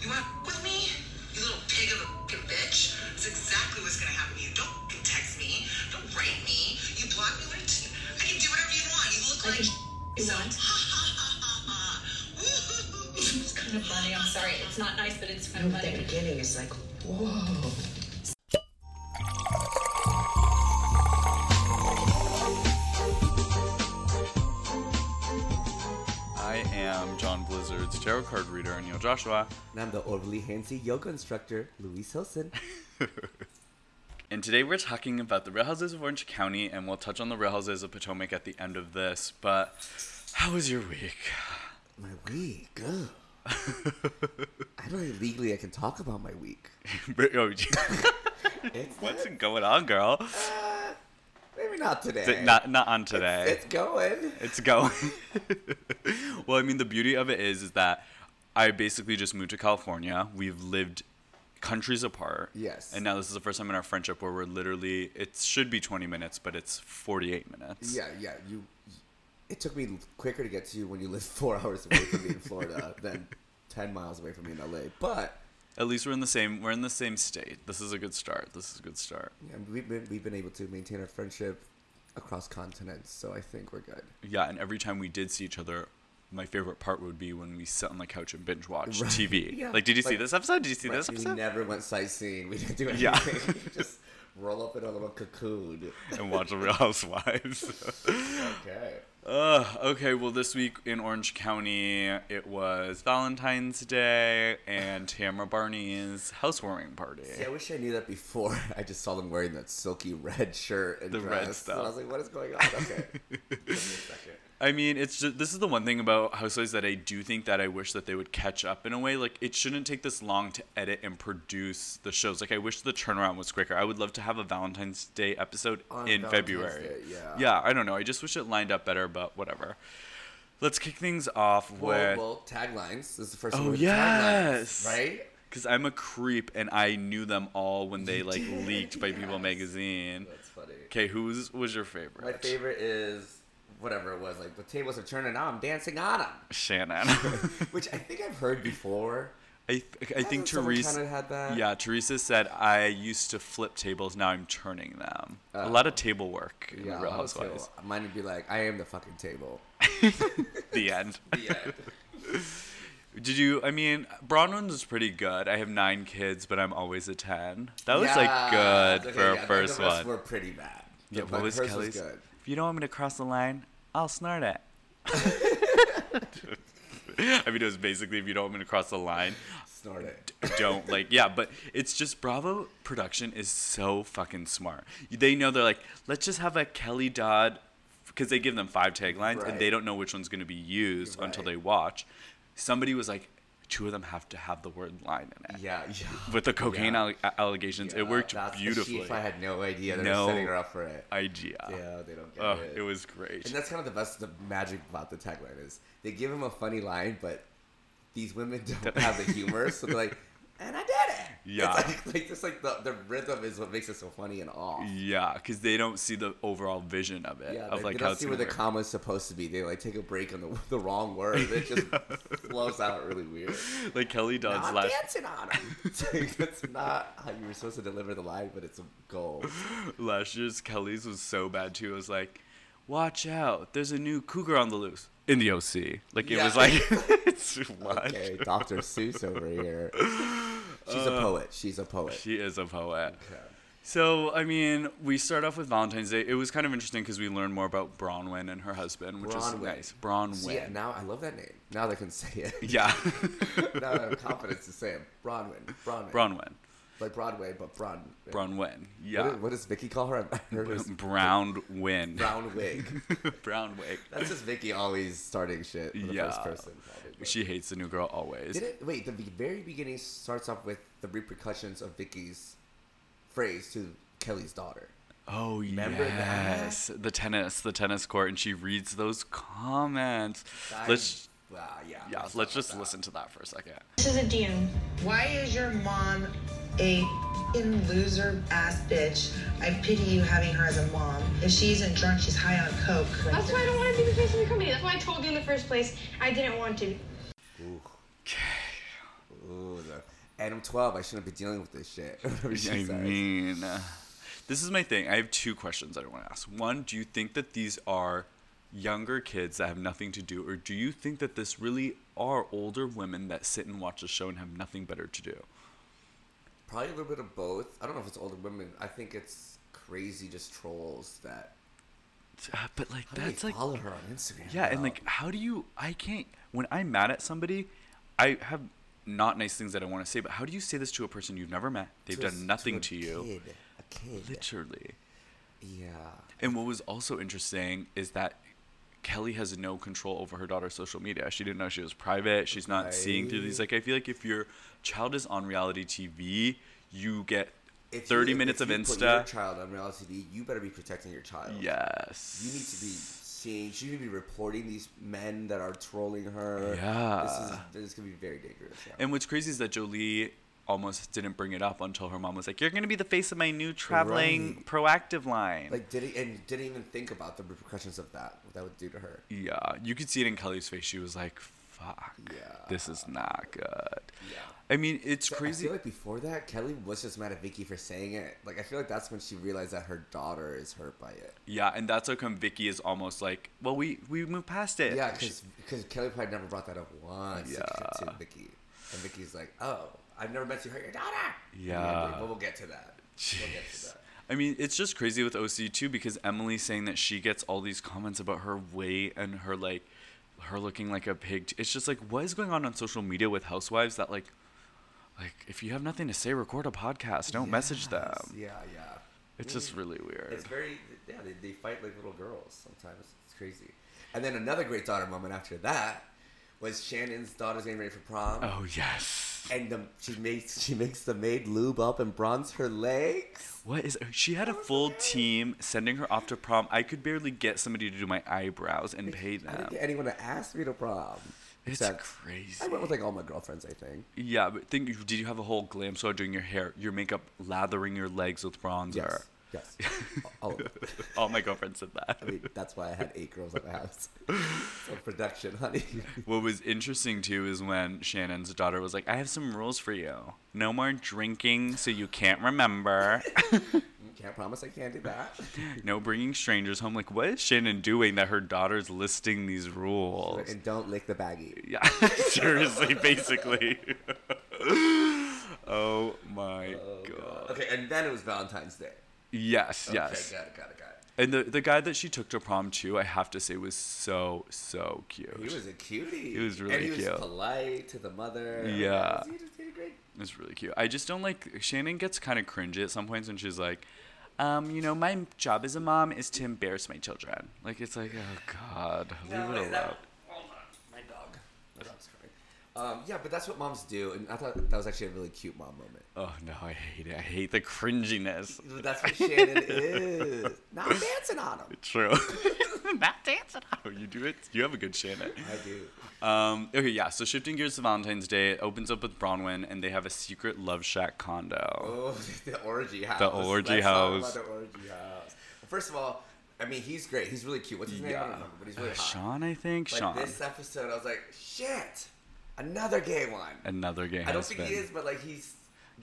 You want with me? You little pig of a fucking bitch. That's exactly what's gonna happen to you. Don't fucking text me. Don't write me. You block me. What are you- I can do whatever you want. You look I like can you so. want. Ha ha ha ha ha. Woo-hoo-hoo. It's kind of funny. I'm sorry. It's not nice, but it's kind of At the funny. beginning, it's like, whoa. I am John Blizzard's tarot card reader, Neil Joshua, And I'm the overly handsy yoga instructor, Luis Hilson. and today we're talking about the real houses of Orange County, and we'll touch on the real houses of Potomac at the end of this. But how was your week? My week. Ugh. I don't think legally I can talk about my week. Oh, gee. It's, What's going on, girl? maybe not today. Is it not not on today? It's going. It's going. well, I mean, the beauty of it is, is that I basically just moved to California. We've lived countries apart. Yes. And now this is the first time in our friendship where we're literally. It should be 20 minutes, but it's 48 minutes. Yeah, yeah. You. It took me quicker to get to you when you live four hours away from me in Florida than ten miles away from me in LA. But At least we're in the same. We're in the same state. This is a good start. This is a good start. yeah, we've been we've been able to maintain our friendship across continents, so I think we're good. Yeah. And every time we did see each other. My favorite part would be when we sit on the couch and binge watch Right. TV. Yeah. Like, did you see Like- this episode? Did you see Right, this we episode? never went sightseeing. We didn't do anything. Yeah. We just roll up in a little cocoon. and watch The Real Housewives. Okay. Ugh, okay, well, this week in Orange County, it was Valentine's Day and Tamara Barney's housewarming party. See, I wish I knew that before. I just saw them wearing that silky red shirt and The dress. red And I stuff. was like, what is going on? Okay. Give me a second. I mean, it's just this is the one thing about Housewives that I do think that I wish that they would catch up in a way. Like, it shouldn't take this long to edit and produce the shows. Like, I wish the turnaround was quicker. I would love to have a Valentine's Day episode On in Valentine's February. Day, yeah. Yeah, I don't know. I just wish it lined up better, but whatever. Let's kick things off Well, with. well, taglines. This is the first Oh, one. with yes. Taglines, right? Because I'm a creep and I knew them all when they like leaked by People yes. magazine. That's funny. Okay, whose was your favorite? My favorite is whatever it was. Like, the tables are turning. I'm dancing on them. Shannon. Which I think I've heard before. I, th- I think Hasn't someone kinda Teresa. had that. Yeah, Teresa said I used to flip tables. Now I'm turning them. a lot of table work in the Real I'll tell- Housewives. Mine would be like, I am the fucking table. The end. Yeah. Did you? I mean, Bronwyn's was pretty good. I have nine kids, but I'm always a ten. That was like good Okay, for a yeah, first the rest one. Were pretty bad. yeah, But what was hers Kelly's? good. If you don't want me to cross the line, I'll snort it. I mean, it was basically if you don't want me to cross the line, Snort it. don't like yeah but it's just bravo production is so fucking smart they know they're like let's just have a kelly dodd because they give them five taglines and they Right. don't know which one's going to be used until Right. they watch somebody was like two of them have to have the word line in it Yeah, yeah. with the cocaine Yeah. alle- allegations it worked That's- beautifully She, I had no idea they No were setting her up for it. idea yeah, they don't get oh, it. it was great and that's kind of the best. The magic about the tagline is they give him a funny line, but these women don't have the humor, so they're like, "And I did it." Yeah. It's like, like just like the, the rhythm is what makes it so funny and off. yeah because they don't see the overall vision of it Yeah, of they, like they how don't it's see where the gonna work. comma is supposed to be. They like take a break on the the wrong word. It just flows out really weird. like kelly dodd's I'm last dancing on him. That's not how you were supposed to deliver the line, but it's a goal. Last year's Kelly's was so bad too. It was like, watch out, there's a new cougar on the loose in the OC. Like it Yeah. was like, it's what? Okay, Dr. Seuss over here. She's a poet. She's a poet. Uh, She is a poet. So I mean, we start off with Valentine's Day. It was kind of interesting because we learned more about Bronwyn and her husband, which Bronwyn. is nice. Bronwyn. See, yeah, now I love that name. Now they can say it. yeah, now I have confidence to say it. Bronwyn. Bronwyn. Bronwyn. like Broadway, but Bron. Bronwyn. What, Yeah. did- what does Vicky call her? I heard it was Brown win. Brown wig. Brown wig. That's just Vicky always starting shit in the Yeah. first person. probably, but- She hates the new girl always. Did it? Wait, the be- very beginning starts off with the repercussions of Vicky's phrase to Kelly's daughter. Oh Remember that? yes, the tennis, the tennis court, and she reads those comments. Let's I- ah, yeah. yeah, talk let's about just that. listen to that for a second. This is a Dune. Why is your mom a fucking loser ass bitch? I pity you having her as a mom. If she isn't drunk, she's high on coke. That's why I don't want to be the face of the company. That's why I told you in the first place I didn't want to. Ooh, Okay, ooh, the and I'm 12. I shouldn't be dealing with this shit. Whatever she I says. mean, this is my thing. I have two questions that I want to ask. One, do you think that these are younger kids that have nothing to do, or do you think that this really are older women that sit and watch the show and have nothing better to do? Probably a little bit of both. I don't know if it's older women. I think it's crazy just trolls that. Uh, But like, How do they that's like, follow her on Instagram. yeah, and though? like, how do you? I can't. When I'm mad at somebody, I have not nice things that I want to say. But how do you say this to a person you've never met? They've To a- done nothing a to, you, Kid, a kid. literally. Yeah. And what was also interesting is that Kelly has no control over her daughter's social media. She didn't know she was private. She's not seeing through these. Like I feel like if your child is on reality TV, you get If you- thirty if minutes of you Put your Insta. child on reality TV. You better be protecting your child. Yes. You need to be seeing. She should be reporting these men that are trolling her. This is Yeah. this could be very dangerous. Yeah. And what's crazy is that Jolie almost didn't bring it up until her mom was like, "You're going to be the face of my new traveling Right. proactive line." like didn't and didn't even think about the repercussions of that. What that would do to her. yeah, you could see it in Kelly's face. She was like, "Fuck, Yeah. this is not good." Yeah. I mean, it's I crazy. feel like before that, Kelly was just mad at Vicky for saying it. Like I feel like that's when she realized that her daughter is hurt by it. Yeah, and that's how come Vicky is almost like, well, we we moved past it. Yeah, because Kelly probably never brought that up once to- Yeah. to Vicky, and Vicky's like, "Oh, I've never met you hurt your daughter." Yeah. but we'll get to that. We'll get to Jeez. that. I mean, it's just crazy with OC too because Emily's saying that she gets all these comments about her weight and her like, her looking like a pig. It's just like, what is going on on social media with housewives that like, like if you have nothing to say, record a podcast. Don't message them. Yeah, yeah. It's just really weird. It's very yeah. They, they fight like little girls sometimes. It's crazy. And then another great daughter moment after that was Shannon's daughter's getting ready for prom, oh yes. and the, she makes she makes the maid lube up and bronze her legs. What is she had a full team sending her off to prom. I could barely get somebody to do my eyebrows and pay I them. didn't get anyone to ask me to prom. It's except- crazy. I went with like all my girlfriends. I think. Yeah, but think did you have a whole glam squad doing your hair, your makeup, lathering your legs with bronzer? Yes. Yes. all of it. All my girlfriends did that. I mean, that's why I had eight girls at my house. So production, honey. what was interesting too is when Shannon's daughter was like, "I have some rules for you. No more drinking, so you can't remember. Can't promise I can't do that. no bringing strangers home." Like, what is Shannon doing that her daughter's listing these rules? And don't lick the baggie. Yeah, seriously, basically. oh my god. Okay, and then it was Valentine's Day. Yes, yes. Okay, got it, got it, got And the the guy that she took to prom too, I have to say, was so so cute. it. He was a cutie. He was and really he was cute. polite to the mother. Oh Yeah. He just did a great. It was really cute. I just don't like Shannon gets kind of cringy at some points when she's like, um, you know, my job as a mom is to embarrass my children. Like it's like, oh God, leave it alone. My dog. My dog's crying. Um, yeah, but that's what moms do, and I thought that was actually a really cute mom moment. Oh no, I hate it. I hate the cringiness. But that's what Shannon is. Not dancing on him. True. Not dancing. Oh, you do it. You have a good Shannon. I do. Um, okay, yeah. So shifting gears to Valentine's Day, it opens up with Bronwyn, and they have a secret love shack condo. Oh, the orgy house. orgy Let's talk about house. the orgy house. First of all, I mean, he's great. He's really cute. What's his name? I don't remember, but he's really Uh, hot. Sean, I think. Like Sean. this episode, I was like, shit, another gay one. Another gay I don't husband. think he is, but like he's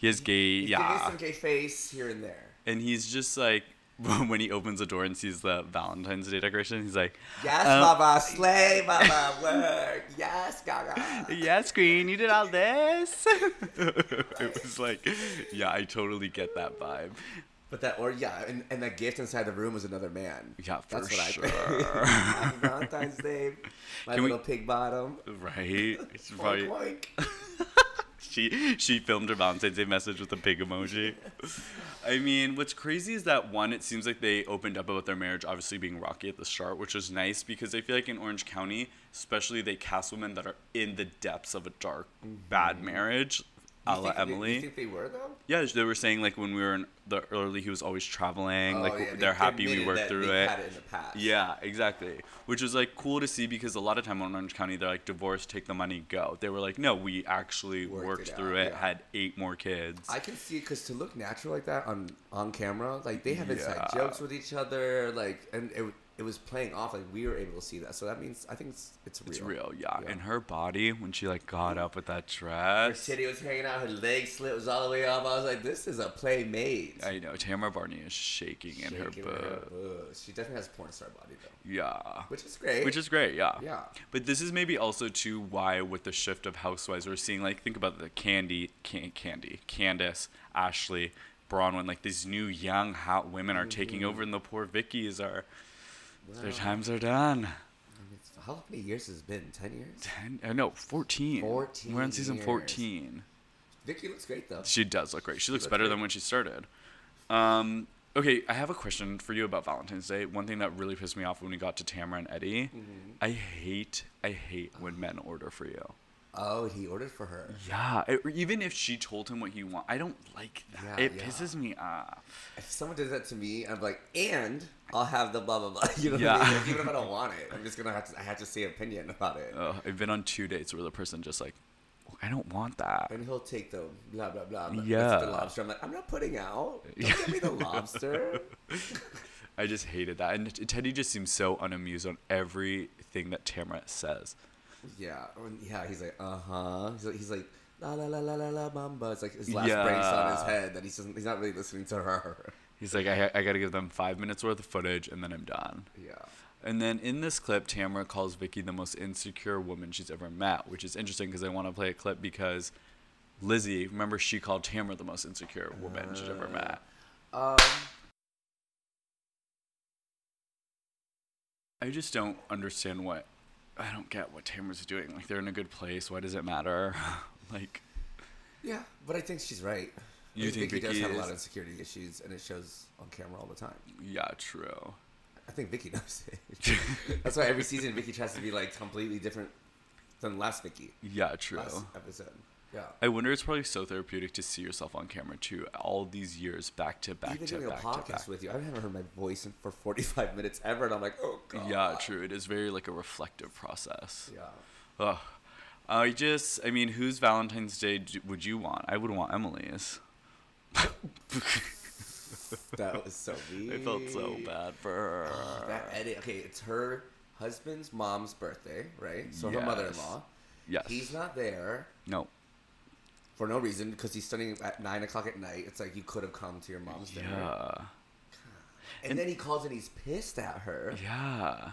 He is gay, he's giving us yeah. some gay face here and there. and he's just like, when he opens the door and sees the Valentine's Day decoration, he's like, Yes, Um, mama, slay, mama, work. Yes, Gaga. Yes, Green, you did all this. it was like, yeah, I totally get that vibe. But that, or yeah, and, and that gift inside the room was another man. Yeah, for That's what I think. sure. Happy Valentine's Day, my Can we- little pig bottom. right? It's Oink, probably, oink. she she filmed her Valentine's Day message with a pig emoji. I mean, what's crazy is that one, it seems like they opened up about their marriage obviously being rocky at the start, which is nice because I feel like in Orange County, especially they cast women that are in the depths of a dark, bad marriage, a Mm-hmm. la You think- you- Emily. You think they were though? yeah, they were saying like when we were in the early, he was always traveling. like Oh, yeah, they're happy we admitted worked that through they it. Had it in the past. Yeah, exactly. Which was like cool to see because a lot of time on Orange County, they're like divorce, take the money, go. They were like, no, we actually worked, Worked it through out, it, yeah. had eight more kids. I can see it because to look natural like that on on camera, like they have inside Yeah. jokes with each other, like and it, it was playing off like we were able to see that. So that means I think it's it's real. It's real, yeah. And her body when she like got up with that dress. titty was hanging out, her leg slit was all the way up. I was like, this is a play made. I know Tamara Barney is shaking, in her Shaking in her butt. boobs. She definitely has porn star body though, Yeah. which is great. Which is great, yeah. Eh, Yeah. But this is maybe also too why with the shift of housewives we're seeing like think about the Candy, can, Candy, Candace, Ashley, Bronwyn, like these new young hot women are taking over, and the poor Vickies are. Their times are done. It's- how many years has it been? Ten years. Ten, uh, no, fourteen. We're on 14 season years. fourteen. Vicky looks great though. She does look great. She looks looks better great. than when she started. Um, okay, I have a question for you about Valentine's Day. One thing that really pissed me off when we got to Tamara and Eddie, I hate, I hate when men order for you. Oh, he ordered for her. Yeah, it- or even if she told him what he want, I don't like that. Yeah, it yeah. pisses me off. If someone does that to me, I'm like, and I'll have the blah blah blah. You know Yeah. what I mean? Like, even if I don't want it, I'm just gonna have to. I have to say opinion about it. Ugh, I've been on two dates where the person just like, I don't want that. and he'll take the blah blah blah. blah. Yeah. It's the lobster. I'm like, I'm not putting out. Don't Yeah. give me the lobster. I just hated that. And t- Teddy just seems so unamused on everything that Tamara says. yeah, and yeah. He's like, uh huh. He's like, he's like, la la la la la la bamba. It's like his last Yeah. brace on his head that he doesn't. He's not really listening to her. He's like, I, I gotta give them five minutes worth of footage and then I'm done. Yeah. And then in this clip, Tamara calls Vicky the most insecure woman she's ever met, which is interesting because I want to play a clip because Lizzie, remember, she called Tamara the most insecure woman she's Uh, ever met. Um. I just don't understand what I don't get what Tamara's doing. Like they're in a good place. Why does it matter? like Yeah, but I think she's right. I You think Vicky does Vicky have a is- lot of security issues, and it shows on camera all the time. yeah, true. I think Vicky knows it. That's why every season Vicky tries to be like completely different than last Vicky Yeah, true. last episode. Yeah. I wonder it's probably so therapeutic to see yourself on camera too. All these years back to back Even to doing a back to back. podcast with you, I haven't heard my voice in, for 45 minutes ever, and I'm like, oh god. yeah, true. It is very like a reflective process. Yeah. Ugh. I just, I mean, whose Valentine's Day d- would you want? I would want Emily's. That was so weird. I felt so bad for her. That edit. Okay, it's her husband's mom's birthday, right? So her mother-in-law. Yes. He's not there. no. for no reason because he's studying at nine o'clock at night. It's like you could have come to your mom's dinner. Yeah. And, then he calls and he's pissed at her. Yeah.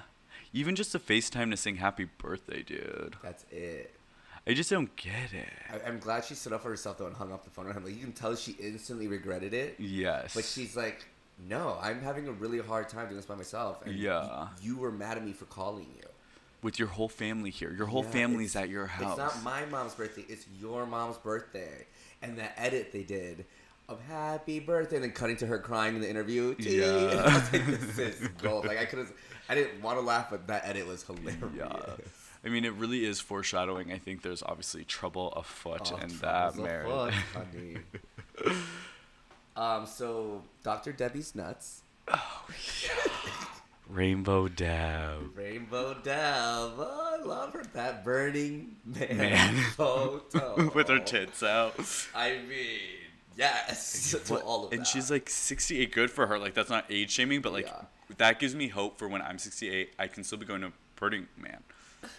Even just a FaceTime to sing happy birthday, dude. That's it. I just don't get it. I, I'm glad she stood up for herself though and hung up the phone on him. Like you can tell she instantly regretted it, Yes. but she's like, "No, I'm having a really hard time doing this by myself." And Yeah. you, you were mad at me for calling you. With your whole family here. Your whole Yeah, family's it's- at your house. It's not my mom's birthday. It's your mom's birthday. And that edit they did of "Happy Birthday" and then cutting to her crying in the interview. Tee. Yeah. I was like, this is gold. Like I could have, I didn't want to laugh, but that edit was hilarious. yeah. I mean, it really is foreshadowing. I think there's obviously trouble afoot Oh, in Trump that is a marriage. fuck, honey. um. So Dr. Debbie's nuts. Rainbow Dab. Rainbow Dove. Oh, I love her. That burning man, Man. photo With her tits out. I mean, yes to What- all of and that. she's like 68 good for her like that's not age shaming but like Yeah. that gives me hope for when i'm 68 i can still be going to burning man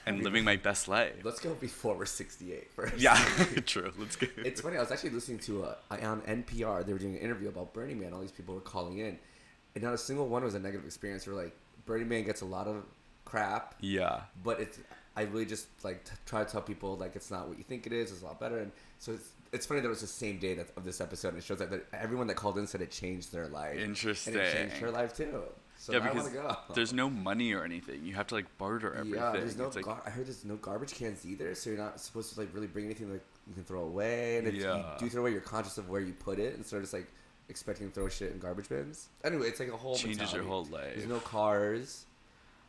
and living my best life Let's go before we're 68 first. yeah true let's go It's funny. I was actually listening to uh on NPR. They were doing an interview about Burning Man. All these people were calling in, and not a single one was a negative experience. They're like, Burning Man gets a lot of crap, yeah but it's. I really just like t- try to tell people like it's not what you think it is. It's a lot better. And so it's, it's funny that it was the same day that, of this episode. And it shows that, that everyone that called in said it changed their life. And it Interesting. changed her life too. So yeah now because I want to go. there's no money or anything you have to like barter everything Yeah, there's no. It's, like, gar- I heard there's no garbage cans either, so you're not supposed to like really bring anything like you can throw away. And if Yeah. you do throw away, you're conscious of where you put it instead of just like expecting to throw shit in garbage bins. Anyway, it's like a whole Changes your mentality. whole There's life. no cars.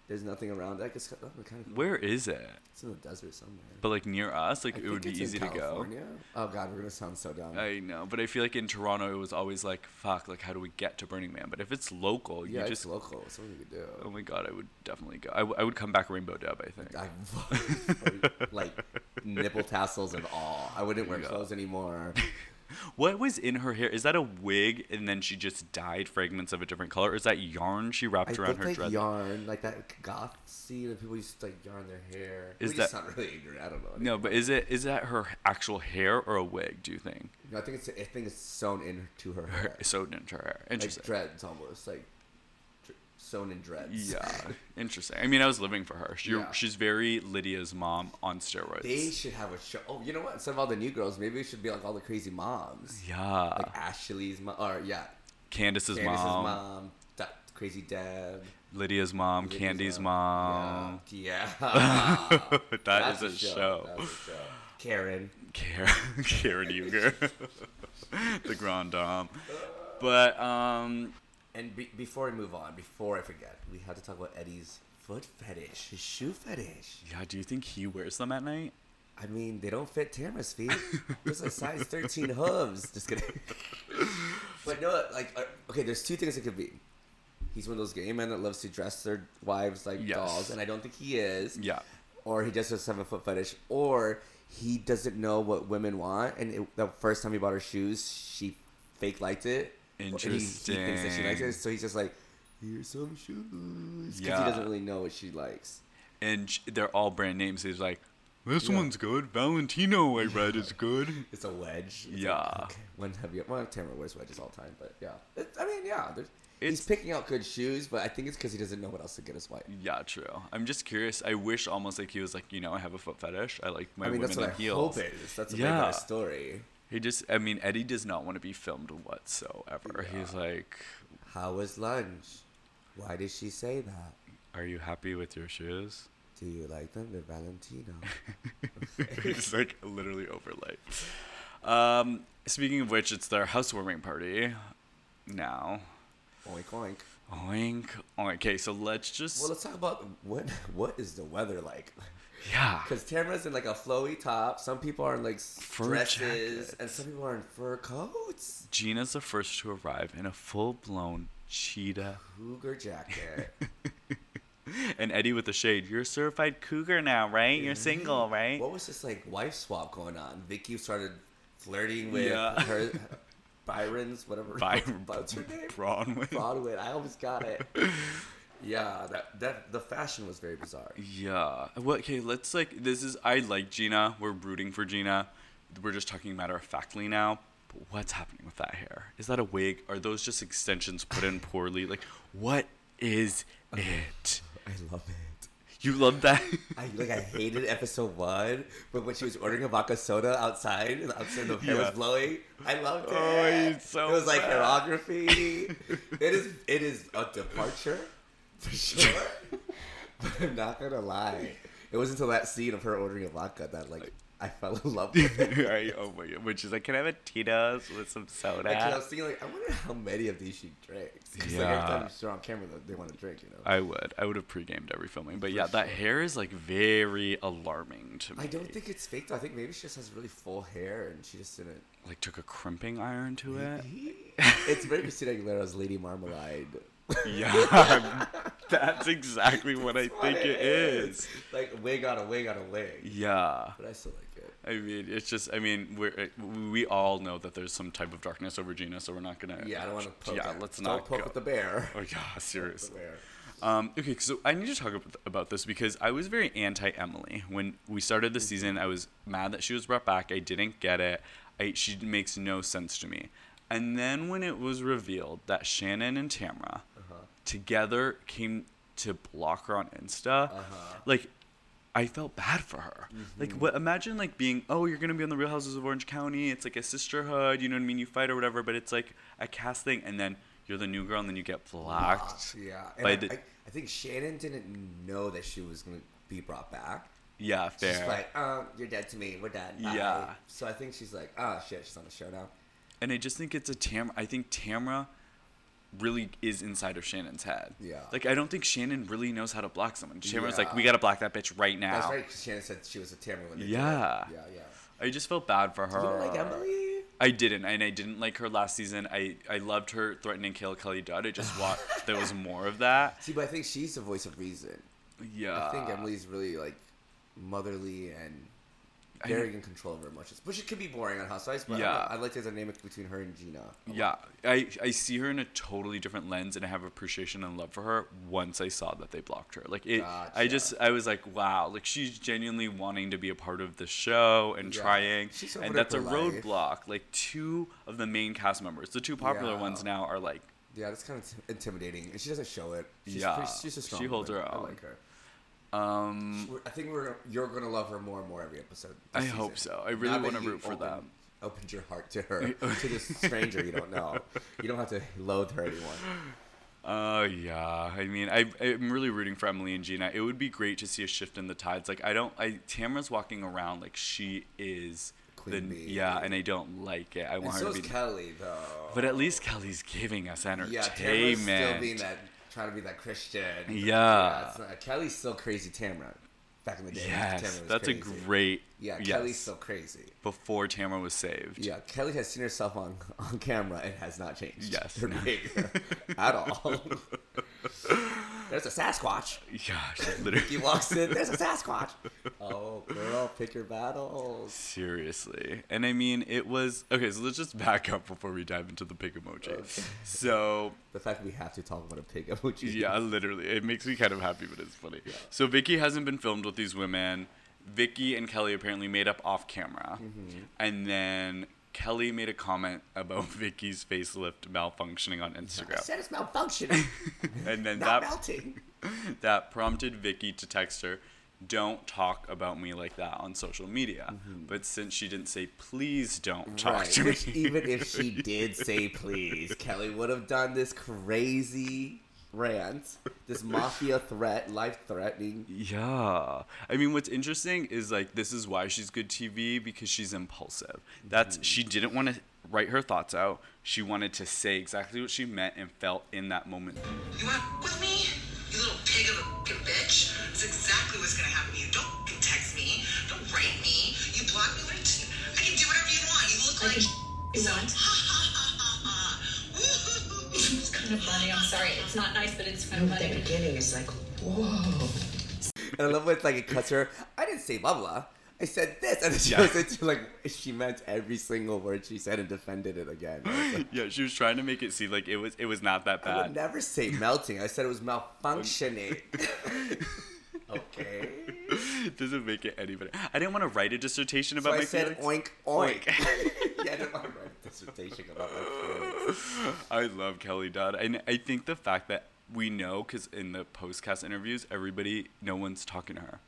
There's nothing around. I guess oh, kind of. where is it It's in the desert somewhere. but like near us like I it would be think it's easy in to go Uh, California. Oh god, we're gonna sound so dumb. I know, but I feel like in Toronto it was always like, "Fuck!" Like, how do we get to Burning Man? But if it's local, yeah, you it's just local. It's something you could do. Oh my god, I would definitely go. I, w- I would come back rainbow dub, I think. I like nipple tassels and all. I wouldn't wear Yeah. clothes anymore. What was in her hair? Is that a wig and then she just dyed fragments of a different color? Or is that yarn she I wrapped around think her like dress? yarn, like that goth scene of people used to like yarn their hair. Is we just that- not really ignorant? I don't know. No, but is it is that her actual hair or a wig, do you think? No, I think it's I think it's sewn into her hair, Her, sewed into her hair. like Interesting. dreads almost, like dr- sewn in dreads. yeah. Interesting. I mean I was living for her. She, Yeah. she's very Lydia's mom on steroids. They should have a show. Oh, you know what? Instead of all the new girls, maybe it should be like all the crazy moms. yeah. Like Ashley's mom, or yeah, Candace's, Candace's mom, mom, that crazy Deb, Lydia's mom, Vicky's Candy's mom. uh, Yeah, yeah. that is a, show. That's a show. Karen. Karen, Karen Uger, the Grand Dame. But um, And be- before we move on, before I forget, we had to talk about Eddie's foot fetish, his shoe fetish. yeah, do you think he wears them at night? I mean, they don't fit Tamara's feet. There's like size 13 hooves. Just kidding. but no, like, uh, okay, there's two things it could be. He's one of those gay men that loves to dress their wives like Yes. dolls, and I don't think he is. Yeah, Or he just has a foot fetish, or he doesn't know what women want. And it, the first time he bought her shoes, she fake liked it. and he- He, thinks that she likes Interesting. it, so he's just like, here's some shoes. Because Yeah. he doesn't really know what she likes. and sh- they're all brand names. He's like, this one's good. Valentino, I read is good. It's a wedge. It's like, Yeah. okay, When have you? Well, Tamara wears wedges all the time, but yeah. It, I mean, yeah. There's, It's- he's picking out good shoes, but I think it's because he doesn't know what else to get his wife. Yeah, true. I'm just curious. I wish almost like he was like, you know, I have a foot fetish. I like my I mean, women that's what in I heels. hope it is. That's a Yeah. yeah. story. He just, I mean, Eddie does not want to be filmed whatsoever. He's like, How was lunch? Why did she say that? are you happy with your shoes? Do you like them? They're Valentino. it's like literally overlay. Um, speaking of which, it's their housewarming party now. oink oink. Oink. Oink. Okay, so let's just. Well, let's talk about what what is the weather like? yeah. Because Tamara's in like a flowy top. Some people are in like Fur dresses, and jackets. some people are in fur coats. Gina's the first to arrive in a full blown cheetah. Cougar jacket. And Eddie with the shade. You're a certified cougar now, right? You're single, right? Mm-hmm. What was this like wife swap going on? Vicky started flirting with Yeah. her Byron's whatever. By what's her name? Bronwyn. Broadway. I almost got it. Yeah, that that the fashion was very bizarre. Yeah. Well, okay, let's like this is I like Gina. We're rooting for Gina. We're just talking matter of factly now. But what's happening with that hair? Is that a wig? Are those just extensions put in poorly? Like what is it? I love it. You love that? I like I hated episode one, but when she was ordering a vodka soda outside, and the outside the hair Yeah. was blowing. I loved it. Oh, it's so it was like bad. choreography. it is it is a departure for sure. but I'm not gonna lie. It was until that scene of her ordering a vodka that like I fell in love with it. I, oh my god. Which is like, can I have a Tito's with some soda? Like, 'cause I was thinking, like, I wonder how many of these she drinks. 'Cause, like, Yeah. every time she's on camera, they- they want to drink, you know? I would. I would have pre-gamed every filming. But yeah, that hair is like very alarming to me. I don't think it's fake, though. I think maybe she just has really full hair, and she just didn't. like took a crimping iron to it. It's very Christina Aguilera's Lady Marmalade. Yeah, that's exactly what I think it is. Like wig on a wig on a wig. Yeah, But I still like it. I mean, it's just, I mean, we're we all know that there's some type of darkness over Gina, so we're not gonna. Yeah, I don't want to poke. Yeah, at- let's don't not poke go- at the bear. Oh yeah, The seriously. bear. Um, okay, so I need to talk ab- about this because I was very anti Emily when we started the season. I was mad that she was brought back. I didn't get it. I, she makes no sense to me. And then when it was revealed that Shannon and Tamra together came to block her on Insta, like I felt bad for her. Like, what? Imagine like being, oh, you're gonna be on the Real Houses of Orange County. It's like a sisterhood. You know what I mean? You fight or whatever, but it's like a cast thing, and then. You're the new girl, and then you get blocked. Oh, Yeah. by And I, the- I, I think Shannon didn't know that she was gonna be brought back. Yeah, fair. She's like, um, you're dead to me. We're done. Bye." Yeah. So I think she's like, ah, shit, she's on the show now. and I just think it's a Tam. I think Tamra really is inside of Shannon's head. Yeah. Like I don't think Shannon really knows how to block someone. Tamra's like, Yeah. we gotta block that bitch right now. That's right. 'cause Shannon said she was a Tamara when they did it. Yeah. Yeah. Yeah. I just felt bad for her. You don't like Emily? I didn't, and I didn't like her last season. I I loved her threatening Kale Kelly Dodd. I just want there was more of that. See, but I think she's the voice of reason. Yeah. I think Emily's really like motherly and very in control of her emotions, which it could be boring on Housewives. But Yeah. yeah, I like the dynamic between her and Gina. Yeah, I, I see her in a totally different lens, and I have appreciation and love for her once I saw that they blocked her. Like it, I Gotcha. just I was like, wow, like she's genuinely wanting to be a part of the show and Yeah. trying, She's and opened that's up a her life. roadblock. Like two of the main cast members, the two popular Yeah. ones now, are like, Yeah, that's kind of t- intimidating, and she doesn't show it. She's Yeah. pretty, she's a strong. She holds woman. her I own. like her. um, We're- I think we're you're gonna love her more and more every episode. this I hope so. I really Now that wanna you root for opened- them. Opened your heart to her, to this stranger you don't know. You don't have to loathe her anymore. Oh yeah, I mean, I I'm really rooting for Emily and Gina. It would be great to see a shift in the tides. Like I don't, I Tamra's walking around like she is Queen the bee. yeah, and I don't like it. I And want so her is to be. Kelly though. But at least Kelly's giving us yeah, entertainment. Tamra's still being that, trying to be that Christian. Yeah. it's not- Kelly's still crazy. Tamra, back in the day. yes, Tamra was that's crazy. a great. Yeah, yes, Kelly's still crazy. before Tamra was saved. Yeah, Kelly has seen herself on, on camera and has not changed Yes. her behavior at all. There's a Sasquatch. yeah, she He literally. walks in. There's a Sasquatch. Oh, girl, pick your battles. Seriously. And I mean, it was. Okay, so let's just back up before we dive into the pig emoji. So, The fact that we have to talk about a pig emoji. yeah, literally. It makes me kind of happy, but it's funny. So Vicky hasn't been filmed with these women. Vicky and Kelly apparently made up off camera, Mm-hmm. and then Kelly made a comment about Vicky's facelift malfunctioning on I Instagram, said it's malfunctioning, and then not that melting. that prompted Vicky to text her, "Don't talk about me like that on social media." But since she didn't say, "Please don't talk Mm-hmm. Right. to me," Which, even if she did say please, Kelly would have done this crazy rant, this mafia threat, life threatening. Yeah. I mean, what's interesting is like this is why she's good TV because she's impulsive. Mm-hmm. That's she didn't want to write her thoughts out. She wanted to say exactly what she meant and felt in that moment. You want with me? You little pig of a fucking bitch. That's exactly what's gonna happen to you. Don't fucking text me. Don't write me. You block me. What are you- I can do whatever you want. You look I like. can do Ha that. ha ha ha ha. Woo-hoo-hoo. It's kind of funny. I'm sorry. It's not nice, but it's kind of At the funny. beginning, it's like, whoa. And I love when it's like it cuts her. I didn't say blah blah. I said this, and then she Yeah. goes into like she meant every single word she said and defended it again. I was like, Yeah, she was trying to make it seem like it was it was not that I would bad. never say melting. I said it was malfunctioning. okay. It doesn't make it any better. I didn't want to write a dissertation So about I my said feelings. oink oink. yeah, I didn't want to write a dissertation about my feelings. I love Kelly Dodd. And I think the fact that we know because in the postcast interviews, everybody, no one's talking to her.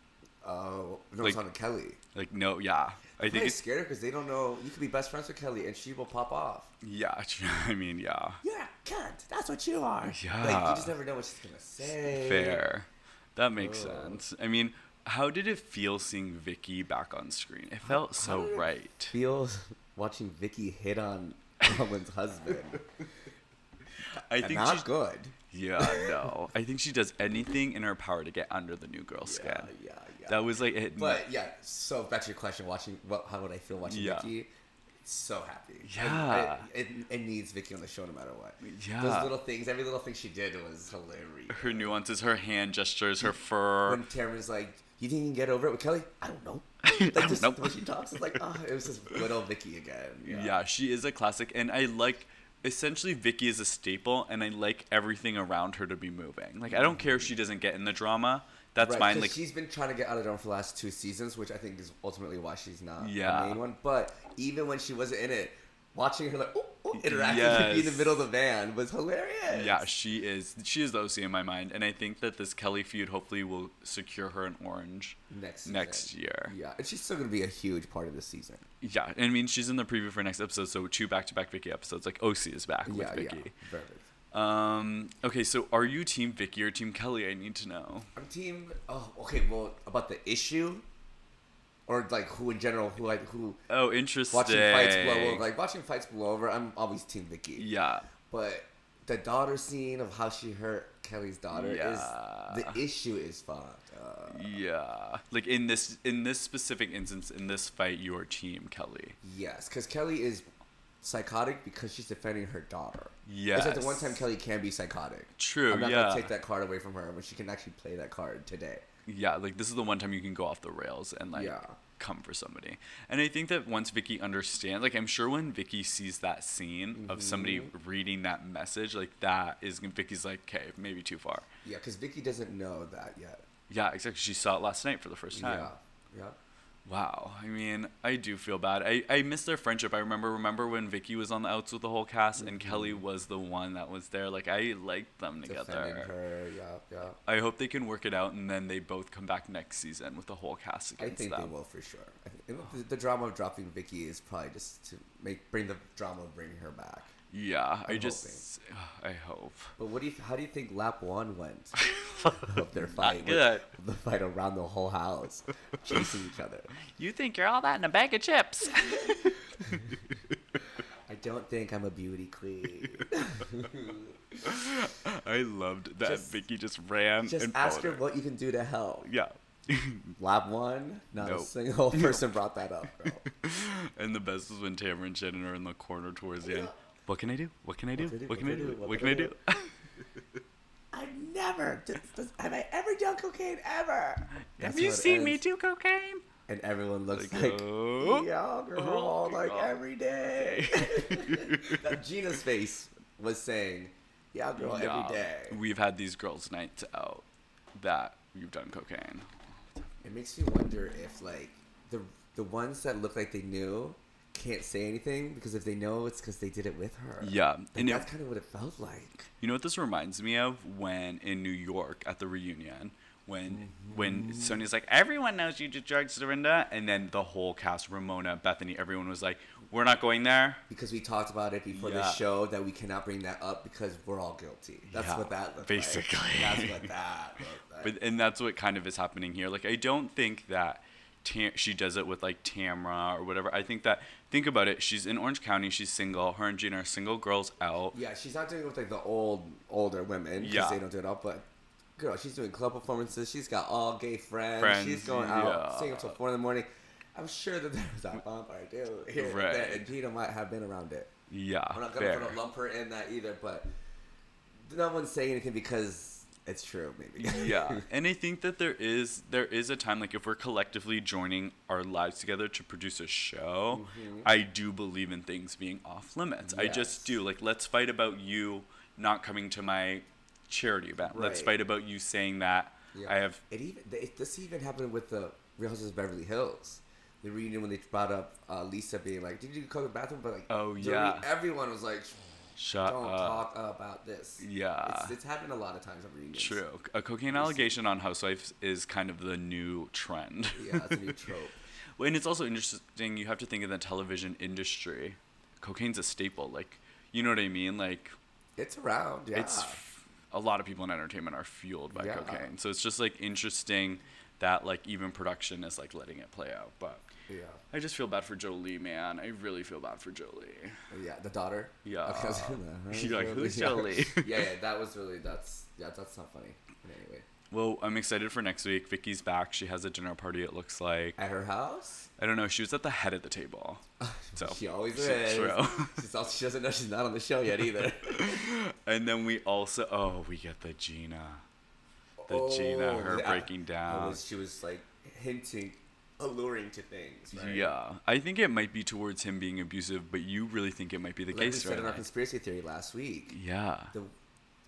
Oh, no, it's Like- on Kelly. Like, no, yeah. I think They it's, scared her because they don't know. You could be best friends with Kelly, and she will pop off. yeah. I mean, yeah. You're a cunt. That's what you are. Like Yeah. you just never know what she's gonna say. Fair. That makes Ugh. sense. I mean, how did it feel seeing Vicky back on screen? It felt so did it right. feels watching Vicky hit on someone's husband. I and think not she, good. yeah, no. I think she does anything in her power to get under the new girl's Yeah, skin. yeah, yeah. That was like it. but yeah, so back to your question, watching what, how would I feel watching Yeah. Vicky? So happy. And Yeah. I- it, it needs Vicky on the show no matter what. Yeah. Those little things, every little thing she did was hilarious. her nuances, her hand gestures, her fur. when Tamara's like, "You think you can get over it with Kelly?" I don't know. I Like don't just know. the way she talks is like, oh, it was just good old Vicky again. yeah. she is a classic, and I like. Essentially, Vicky is a staple, and I like everything around her to be moving. Like, I don't care if she doesn't get in the drama. That's Mm-hmm. Right, fine. 'cause Like, she's been trying to get out of the drama for the last two seasons, which I think is ultimately why she's not Yeah. the main one. But even when she wasn't in it, watching her like ooh, ooh, interacting with me in the Yes. middle of the van was hilarious. Yeah, she is. She is the OC in my mind, and I think that this Kelly feud hopefully will secure her an orange next season. next year. Yeah, and she's still gonna be a huge part of the season. Yeah, and I mean she's in the preview for next episode, so two back-to-back Vicky episodes. Like OC is back with yeah, Vicky. yeah, perfect. Um, okay, so are you Team Vicky or Team Kelly? I need to know. I'm team. Oh, okay. Well, about the issue, or like who in general, who like who Oh, interesting. watching fights blow over. Like watching fights blow over, I'm always Team Vicky. yeah, But the daughter scene of how she hurt Kelly's daughter Yeah. is the issue is fucked. Uh, yeah. Like in this in this specific instance, in this fight, you are Team Kelly. yes, because Kelly is psychotic because she's defending her daughter. it's like the one Yes. time Kelly can be psychotic. True, I'm not yeah. gonna take that card away from her when she can actually play that card today. Yeah, like this is the one time you can go off the rails and like yeah. come for somebody. And I think that once Vicky understands, like I'm sure when Vicky sees that scene of somebody Mm-hmm. reading that message, like that is Vicky's like, okay, maybe too far. Yeah, because Vicky doesn't know that yet. Yeah, exactly. She saw it last night for the first time. Yeah. Yeah. Wow. I mean, I do feel bad. I, I miss their friendship. I remember remember when Vicky was on the outs with the whole cast and Kelly was the one that was there. Like I liked them Mm-hmm. Defending together. her. Yeah. Yeah. I hope they can work it out and then they both come back next season with the whole cast I against think them. they will for sure. I think, and the, the drama of dropping Vicky is probably just to make bring the drama of bringing her back. Yeah, i I'm just I hope. But what do you? How do you think lap one went of their fight? with- good. The fight around the whole house, chasing each other. You think you're all that in a bag of chips. I don't think I'm a beauty queen. I loved that Just- Vicky just ran Just and ask followed her what you can do to help. Yeah. Lab one, not a Nope. single person brought that up, bro. and the best was when Tamara and Shannon are in the corner towards the end. Yeah. What can I do? What can I do? What can I do? What can I do? I never does, does, have I ever done cocaine ever. Have That's you how it seen me ends. do cocaine? And everyone looks Like, like, oh, yeah, girl, my like God. every day. Now, Gina's face was saying, yeah, girl, Yeah. every day. We've had these girls' nights out that you've done cocaine. It makes me wonder if like the the ones that look like they knew can't say anything because if they know, it's because they did it with her. Yeah, and and it- that's kind of what it felt like. You know what this reminds me of when in New York at the reunion when Mm-hmm. when Sonia's like everyone knows you did drugs, Dorinda, and then the whole cast, Ramona, Bethany, everyone was like, "We're not going there." because we talked about it before Yeah. the show that we cannot bring that up because we're all guilty. That's Yeah, what that looked basically. Like. That's what that looked like. But and that's what kind of is happening here. Like I don't think that Tam- she does it with like Tamra or whatever. I think that think about it. She's in Orange County. She's single. Her and Gina are single girls out. yeah, she's not doing it with like the old older women because Yeah. they don't do it all. But girl, she's doing club performances. She's got all gay friends. Friends, she's going out yeah. singing till four in the morning. I'm sure that there was that bump or do here and there, Right. and Gina might have been around it. Yeah, I'm not gonna fair. put a lump her in that either, but no one's saying anything because it's true. Maybe. yeah and i think that there is there is a time like if we're collectively joining our lives together to produce a show i do believe in things being off limits i Mm-hmm. Yes. just do like let's fight about you not coming to my charity event let's Right. fight about you saying that i have It even it, this even happened with the Real Houses of Beverly Hills, the reunion when they brought up uh, Lisa being like, "Did you go to the bathroom?" But like, Oh, during- yeah. everyone was like, shut "Don't up talk about this." Uh, Yeah. it's, it's happened a lot of times at reunions. True. A cocaine allegation on Housewives is kind of the new trend. Yeah, it's a new trope. Well, and it's also interesting. You have to think in the television industry, cocaine's a staple. Like, you know what I mean? Like, It's around. Yeah. it's f- a lot of people in entertainment are fueled by Uh, Yeah. cocaine. So it's just like interesting that like even production is like letting it play out. But yeah. I just feel bad for Jolie, man. I really feel bad for Jolie. Oh, Yeah. The daughter. Yeah. Okay, I was like, You're like, who's yeah. Jolie? yeah, yeah. That was really that's yeah that's not funny. But anyway, Well, I'm excited for next week. Vicky's back. She has a dinner party. It looks like. at her house, I don't know. She was at the head of the table. So she always so is. true. She's also, she doesn't know she's not on the show yet either. and then we also oh we get the Gina, the Gina Oh, her yeah. breaking I down. was- she was like hinting, alluring to things. Right? Yeah, I think it might be towards him being abusive, but you really think it might be the Like we case, said right? in our conspiracy theory last week, yeah, the,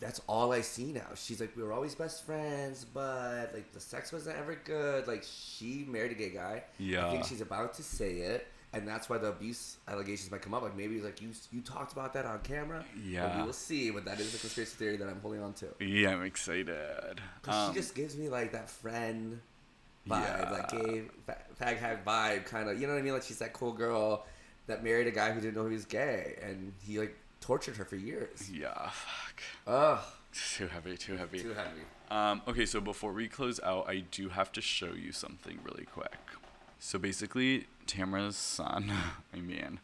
that's all I see now. She's like, we were always best friends, but like the sex wasn't ever good. Like she married a gay guy. I Yeah. think she's about to say it. And that's why the abuse allegations might come up. Like maybe like you you talked about that on camera. But Yeah. we will see. But that is the conspiracy theory that I'm holding on to. yeah, I'm excited. 'Cause Um, she just gives me like that friend vibe, like Yeah. gay fa- fag hag vibe, kind of. You know what I mean? Like she's that cool girl that married a guy who didn't know he was gay, and he like tortured her for years. yeah, fuck, Ugh, too heavy, too heavy. Uh, too heavy. Um, okay, so before we close out, I do have to show you something really quick. So basically, Tamra's son, I mean,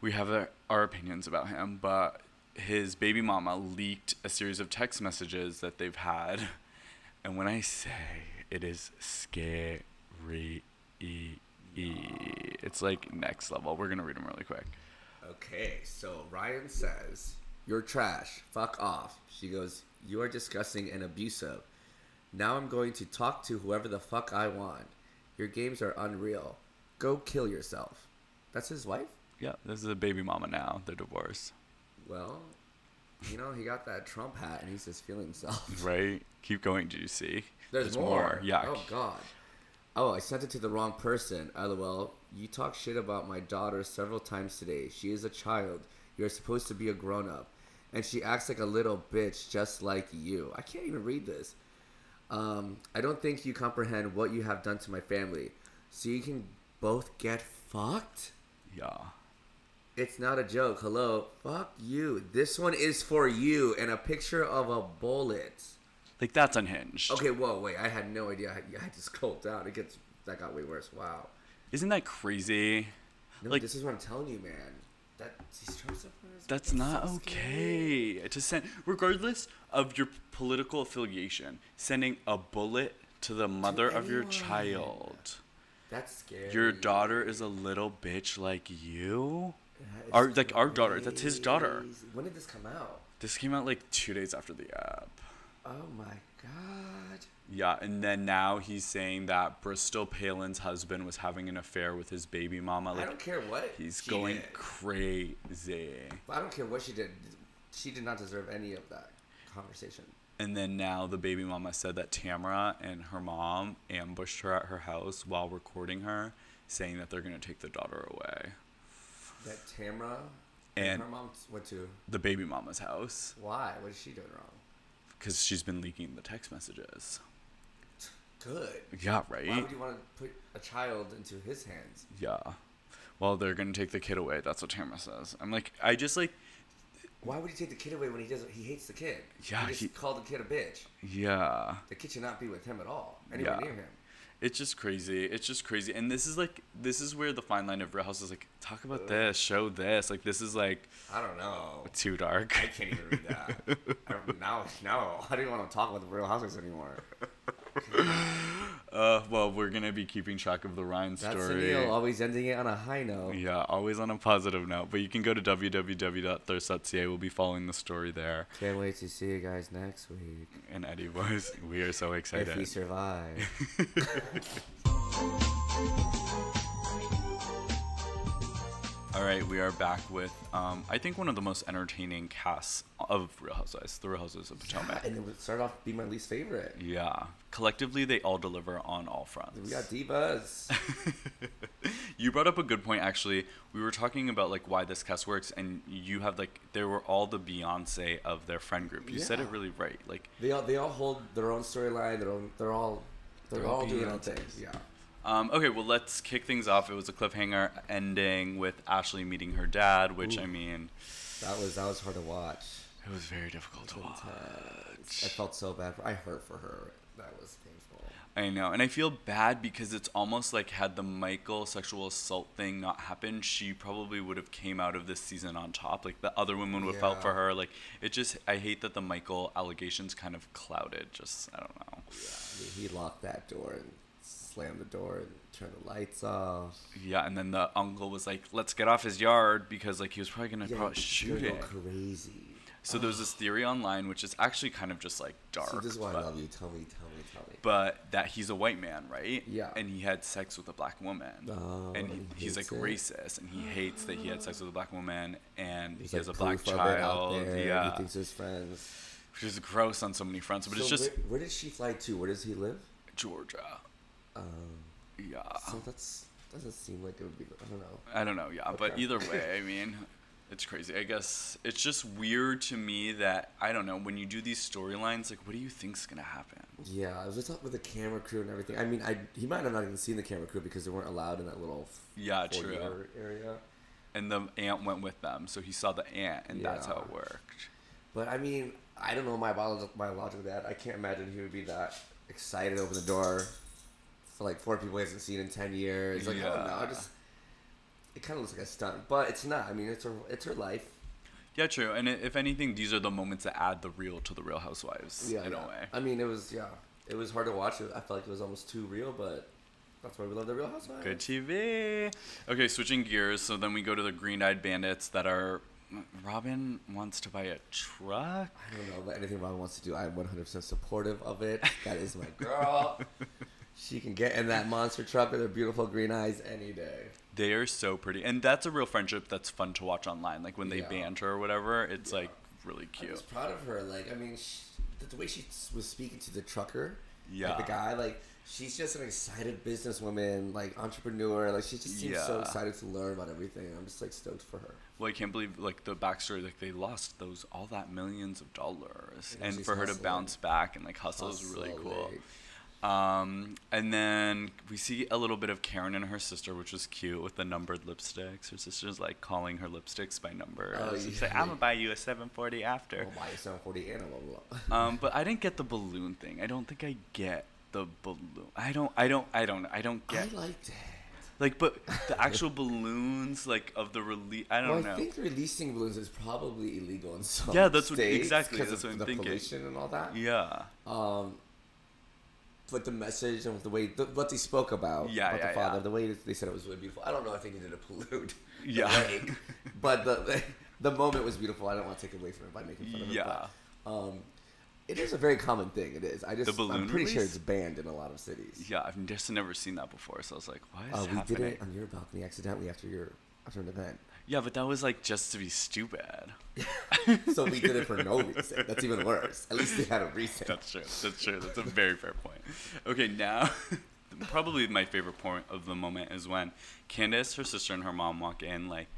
we have our, our opinions about him, but his baby mama leaked a series of text messages that they've had. And when I say it is scary, e, it's like next level. We're going to read them really quick. Okay, so Ryan says, You're trash. Fuck off. She goes, You are disgusting and abusive. Now I'm going to talk to whoever the fuck I want. Your games are unreal. Go kill yourself. That's his wife? Yeah, this is a baby mama now. They're divorced. Well, you know, he got that Trump hat and he's just feeling himself. Right? Keep going, GC. There's, more. Yeah. Oh God. Oh, I sent it to the wrong person. LOL. You talk shit about my daughter several times today. She is a child. You're supposed to be a grown up, and she acts like a little bitch, just like you. I can't even read this. Um, I don't think you comprehend what you have done to my family. So you can both get fucked. yeah. It's not a joke. Hello. Fuck you. This one is for you, and a picture of a bullet. Like that's unhinged. Okay, whoa, wait. I had no idea. I, I had to scroll down. It gets that got way worse. Wow. Isn't that crazy? No, Like- this is what I'm telling you, man. That these Trump supporters. That's not okay. To send, regardless of your political affiliation, sending a bullet to the mother of your anyone. child. That's scary. Your daughter is a little bitch like you. That is Our like our daughter. That's his daughter. crazy. When did this come out? This came out like two days after the app. Oh my god. Yeah, and then now he's saying that Bristol Palin's husband was having an affair with his baby mama. I Like don't care what. he's she going did. crazy. I don't care what she did. She did not deserve any of that conversation. And then now the baby mama said that Tamara and her mom ambushed her at her house while recording her, saying that they're gonna take the daughter away. That Tamra And- her mom went to. The baby mama's house Why? What is she doing wrong? because she's been leaking the text messages. Good. Yeah, right. Why would you want to put a child into his hands? Yeah. Well, they're gonna take the kid away. That's what Tamara says. I'm like, I just like, Why would he take the kid away when he doesn't? He hates the kid. Yeah, he just he- called the kid a bitch. yeah. The kid should not be with him at all, anywhere Yeah. near him. It's just crazy. It's just crazy. And this is like, this is where the fine line of Real House is like, talk about this, show this. Like, this is like I don't know. too dark. I can't even read that. I don't, now, no, I didn't want to talk about the Real Housewives anymore. Uh, well, we're gonna be keeping track of the Ryan That's story. Sunil always ending it on a high note. Yeah, always on a positive note. But you can go to www.thirst.ca. We'll be following the story there. Can't wait to see you guys next week And Eddie was, we are so if you excited. survive. All right, we are back with, um, I think one of the most entertaining casts of Real Housewives, the Real Housewives of Potomac. and it would start off being my least favorite. Yeah. Collectively, they all deliver on all fronts. We got divas. you brought up a good point, actually. We were talking about like why this cast works, and you have like they were all the Beyonce of their friend group. You said it Yeah. really right. Like, they all they all hold their own storyline. Their own. They're all. They're, They're all all doing their own Beyonces. things. Yeah. um, okay, well, let's kick things off. It was a cliffhanger ending with Ashley meeting her dad, which I mean, That was that was hard to watch. it was very difficult to watch. I felt so bad. For, I hurt for her. That was painful. I know, and I feel bad because it's almost like had the Michael sexual assault thing not happened, she probably would have came out of this season on top. Like the other women would have felt for Yeah. her. Like it just, I hate that the Michael allegations kind of clouded. Just I don't know. I mean, he locked that door and slammed the door and turned the lights off. Yeah, and then the uncle was like, "Let's get off his yard" because like he was probably gonna probably he- shoot he it. go crazy. So there's this theory online, which is actually kind of just like dark. See, this is why I but- love you. Tell me, tell me, tell me. but that he's a white man, right? Yeah. And he had sex with a black woman. Oh, and he, he he's like hates it. racist and he hates that he had sex with a black woman and There's, he has like, a black proof of it out child. there. Yeah. He thinks his friends. Which is gross on so many fronts, but it's So just where, where did she fly to? Where does he live? Georgia. Um, Yeah. so that's doesn't seem like it would be. I don't know. I don't know, yeah. But Okay. either way, I mean, it's crazy. I guess it's just weird to me that, I don't know, when you do these storylines, like, what do you think's going to happen? Yeah, I was just up with the camera crew and everything. I mean, I he might have not even seen the camera crew because they weren't allowed in that little Yeah, foyer true. area. And the aunt went with them, so he saw the aunt, and that's Yeah. how it worked. But I mean, I don't know my biological my logic with that. I can't imagine he would be that excited to open the door for like four people he hasn't seen in ten years. Like I don't know, I Yeah. just it kind of looks like a stunt, but it's not. I mean, it's her it's her life. Yeah, true. And i- if anything, these are the moments that add the real to the Real Housewives Yeah, in yeah. a way. I mean, it was yeah, it was hard to watch. It- I felt like it was almost too real, but that's why we love the Real Housewives. Good TV. Okay, switching gears. So then we go to the Green Eyed Bandits that are. Robin wants to buy a truck. I don't know, but anything Robin wants to do, I'm 100% supportive of it. That is my girl. She can get in that monster truck with her beautiful green eyes any day. They are so pretty, and that's a real friendship that's fun to watch online. Like when they Yeah. banter or whatever, it's like really I was cute. proud of her. Like, I mean, she, the, the way she s- was speaking to the trucker, Yeah. like the guy, like she's just an excited businesswoman, like entrepreneur. Like she just seems so Yeah. excited to learn about everything. and I'm just like stoked for her. Well, I can't believe like the backstory. Like they lost those all that millions of dollars, Yeah, and she's for her to hustling. bounce back and like hustle is really Also, cool. like, Um, and then we see a little bit of Karen and her sister, which was cute with the numbered lipsticks. Her sister's like calling her lipsticks by number. Oh, She's yeah. Oh, like, "I'm gonna buy you a 740 after." I'll buy you 740 and blah blah. blah. Um, but I didn't get the balloon thing. I don't think I get the balloon. I don't. I don't. I don't. I don't I get liked it. like. But the actual balloons, like of the release. I Well, don't Oh, I know. think releasing balloons is probably illegal in some Yeah, that's what- states exactly, 'cause that's of what I'm the thinking. pollution and all that. yeah. um, but the message and the way the, what they spoke about, Yeah, about yeah, the father, yeah. the way they said it was really beautiful. I don't know if they needed to pollute, the Yeah. wedding, but the the moment was beautiful. I don't want to take away from it by making fun of Yeah. it. but, um, it is a very common thing. It is. I just The balloon I'm pretty sure release? it's banned in a lot of cities. Yeah. I've just never seen that before, so I was like, "What is Uh, we did happening?" it on your balcony accidentally after your after an event. Yeah, but that was like just to be stupid. So we did it for no reason. That's even worse. At least they had a reason. That's true. That's true. That's a very fair point. Okay, now probably my favorite point of the moment is when Candace, her sister, and her mom walk in like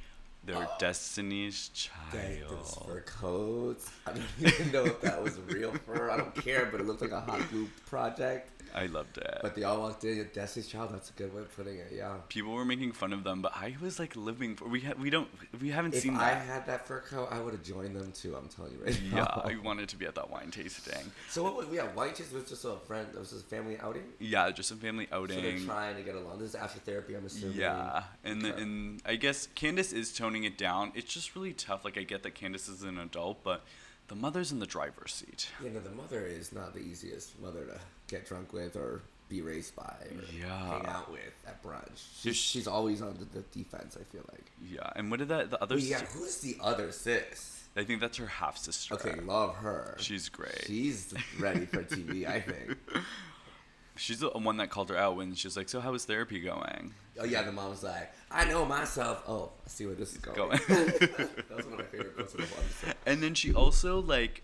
they're Destiny's Dang, those Child. fur coats. I don't even know if that was real fur. I don't care, but it looked like a hot glue project. I loved it. But they all walked in. Destiny's Child. That's a good way of putting it. Yeah. People were making fun of them, but I was like living for. We ha- we don't we haven't If seen I that. had that fur coat, I would have joined them too. I'm telling you right yeah, now. I wanted to be at that wine tasting. So what? We yeah, White Chase was just a friend. It was just a family outing. Yeah, just a family So they're outing. trying to get along. This is after therapy. I'm assuming. Yeah, and the, Okay. and I guess Candace is toning it down. It's just really tough. Like I get that Candace is an adult, but the mother's in the driver's seat. You know, the mother is not the easiest mother to get drunk with or be raised by or Yeah. hang out with at brunch. Does She's, she- she's always on the, the defense. I feel like. Yeah, and what did that the other? Wait, yeah, sis- who's the other sis? I think that's her half sister. Okay, love her. She's great. She's ready for TV, I think. She's the one that called her out when she's like, "So how is therapy going?" Oh yeah, the mom's like, I know myself. Oh, I see where this is going. Going. that was one of my favorite quotes of the whole episode. And then she also like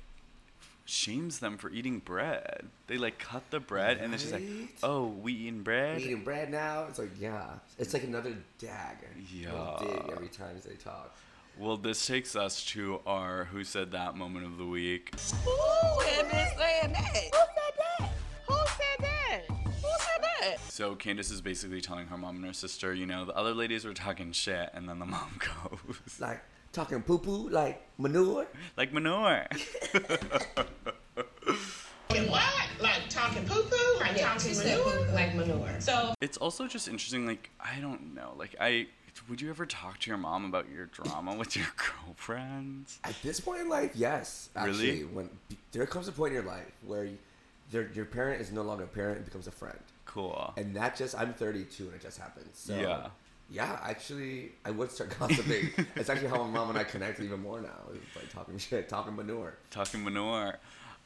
shames them for eating bread. They like cut the bread, and then she's like, Right? "Oh, we eating bread." We Eating bread now. It's like yeah, it's like another dag. Yeah. dig every time they talk. Well, this takes us to our "Who said that?" moment of the week. Who had been saying that? Who said that? Who said that? Who said that? So Candace is basically telling her mom and her sister, you know, the other ladies were talking shit, and then the mom goes, It's like talking poo poo, like manure. like manure. What? Like talking poo poo? Like talking manure? like manure. So It's also just interesting. Like I don't know. Like I would you ever talk to your mom about your drama with your girlfriends? At this point in life, yes. Really? Actually, when there comes a point in your life where you, their, your parent is no longer a parent and becomes a friend. Cool. and that just I'm 32 and it just happened. So Yeah. yeah, actually, I would start gossiping. it's actually how my mom and I connect even more now. It's like talking shit, talking manure. Talking manure.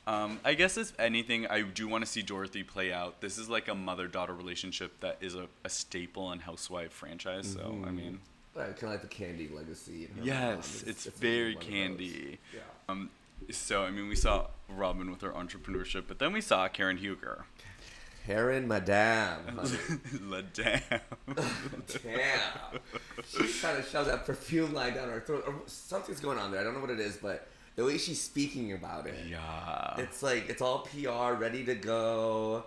Um, I guess if anything, I do want to see Dorothy play out. This is like a mother-daughter relationship that is a, a staple in Housewife franchise. So Mm-hmm. I mean, But I kind of like the candy legacy. and her mom yes, is- it's, it's very one of those. candy. Yeah. Um, so I mean, we saw Robin with her entrepreneurship, but then we saw Karen Huger. Karen, madame. honey. La damn. Damn. She kind of shoves that perfume line down her throat. Or something's going on there. I don't know what it is, but the way she's speaking about it, Yeah. it's like it's all PR, ready to go.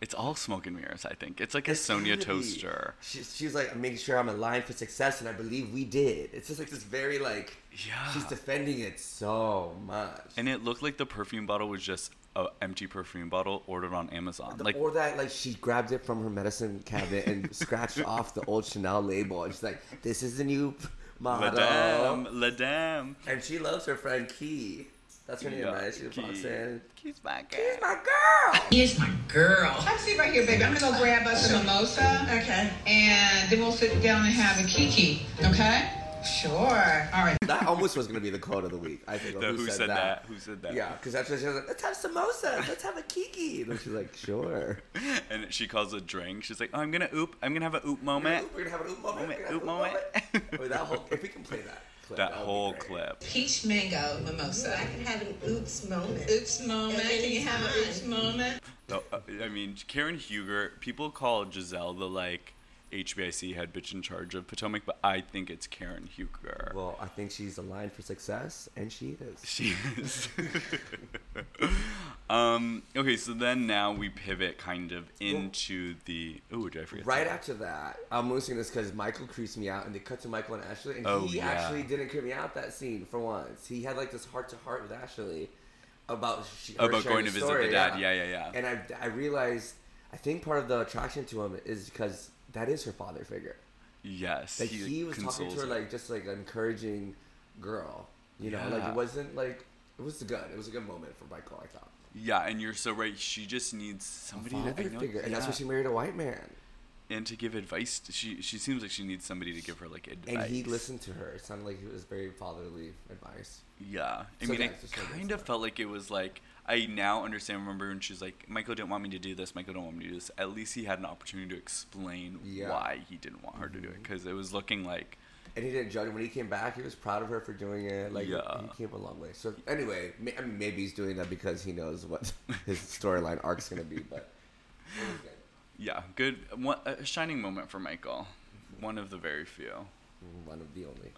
It's all smoke and mirrors, I think. It's like a It's Sonia gotta be. toaster. She, she's like, I'm making sure I'm aligned for success, and I believe we did. It's just like this very like. Yeah. She's defending it so much. And it looked like the perfume bottle was just a empty perfume bottle ordered on Amazon. The- like or that like she grabbed it from her medicine cabinet and scratched off the old Chanel label, and she's like, "This is the new La model." Dame, La Dame. And she loves her friend Key. That's her name, Yeah, right? She's a Key. boxer. Kiss my girl. She's my girl. Here's my girl. come sit right here, baby. I'm gonna go grab us a mimosa. Okay. And then we'll sit down and have a kiki. Okay. Sure. All right. That almost was gonna be the quote of the week. I think. or The who, said, that? Who said that? Yeah, because after she was like, "Let's have samosas, let's have a kiki," and then she's like, "Sure." And she calls a drink. She's like, "Oh, I'm gonna oop. I'm gonna have a oop moment." We're gonna have an oop moment. Moment, we're gonna have oop an moment. Wait, that whole if we can play that. Clip, That would be whole great. clip. Peach mango mimosa. I can have an oops moment. Oops moment. At any Can you have an time. oops moment? So, uh, I mean, Karen Huger. People call Giselle the like HBIC head bitch in charge of Potomac, but I think it's Karen Huger. Well, I think she's aligned for success, and she is. She is. um, okay, so then now we pivot kind of into the. Oh, did I forget? Right something? after that, I'm losing this because Michael creased me out, and they cut to Michael and Ashley, and Oh, he yeah. actually didn't creep me out that scene for once. He had like this heart to heart with Ashley about she, her About sharing going to visit story, the dad. Yeah, yeah, yeah. And I, I realized, I think part of the attraction to him is because that is her father figure. Yes. Like he, was talking to her consoles like just like an encouraging girl, you know, like Yeah. it wasn't like it was good. It was a good moment for Michael, I thought. Yeah, and you're so right. She just needs somebody to Father I know- figure, and that's yeah. why she married a white man. and to give advice. to- She she seems like she needs somebody to give her like advice. And he listened to her. It sounded like it was very fatherly advice. Yeah, I So mean, yeah, it it's just like kind it's of felt like it was like I now understand. Remember when she's like, "Michael didn't want me to do this. Michael didn't want me to do this." At least he had an opportunity to explain Yeah. Mm-hmm. why he didn't want her to do it because it was looking like And he didn't judge. When he came back, he was proud of her for doing it. Like Yeah. he came a long way. So anyway, ma- I mean, maybe he's doing that because he knows what his storyline arc's gonna be. But it was good. Yeah, good. One, a shining moment for Michael. One of the very few. one of the only.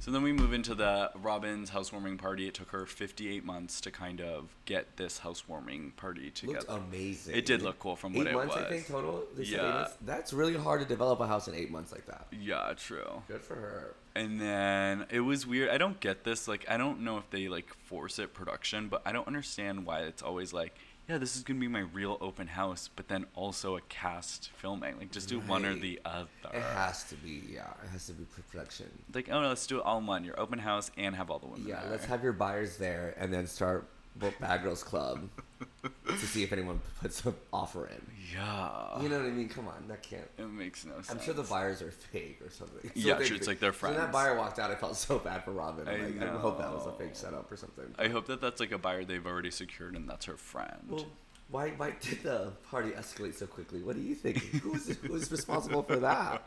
So then we move into the Robin's housewarming party. It took her 58 months to kind of get this housewarming party together. Looked amazing. It did look cool from what eight it months, I was. think total. They said eight Yeah. months. that's really hard to develop a house in eight months like that. Yeah, true. Good for her. And then it was weird. I don't get this. Like, I don't know if they like force it production, but I don't understand why it's always like, yeah, this is gonna be my real open house, but then also a cast filming. Like, just do one or Right. the other. It has to be, yeah. It has to be production. like, oh no, let's do it all in one. Your open house and have all the women. Yeah, there. let's have your buyers there, and then start Bo- Bad Girls Club to see if anyone puts an offer in. Yeah. You know what I mean? Come on, that can't. It makes no sense. I'm sure the buyers are fake or something. Yeah, they- sure, it's like they're so when friends. that buyer walked out, I felt so bad for Robin. I'm I like, I hope that was a know. fake setup or something. I hope that that's like a buyer they've already secured and that's her friend. Well, why why did the party escalate so quickly? What do you think? Who's who's responsible for that?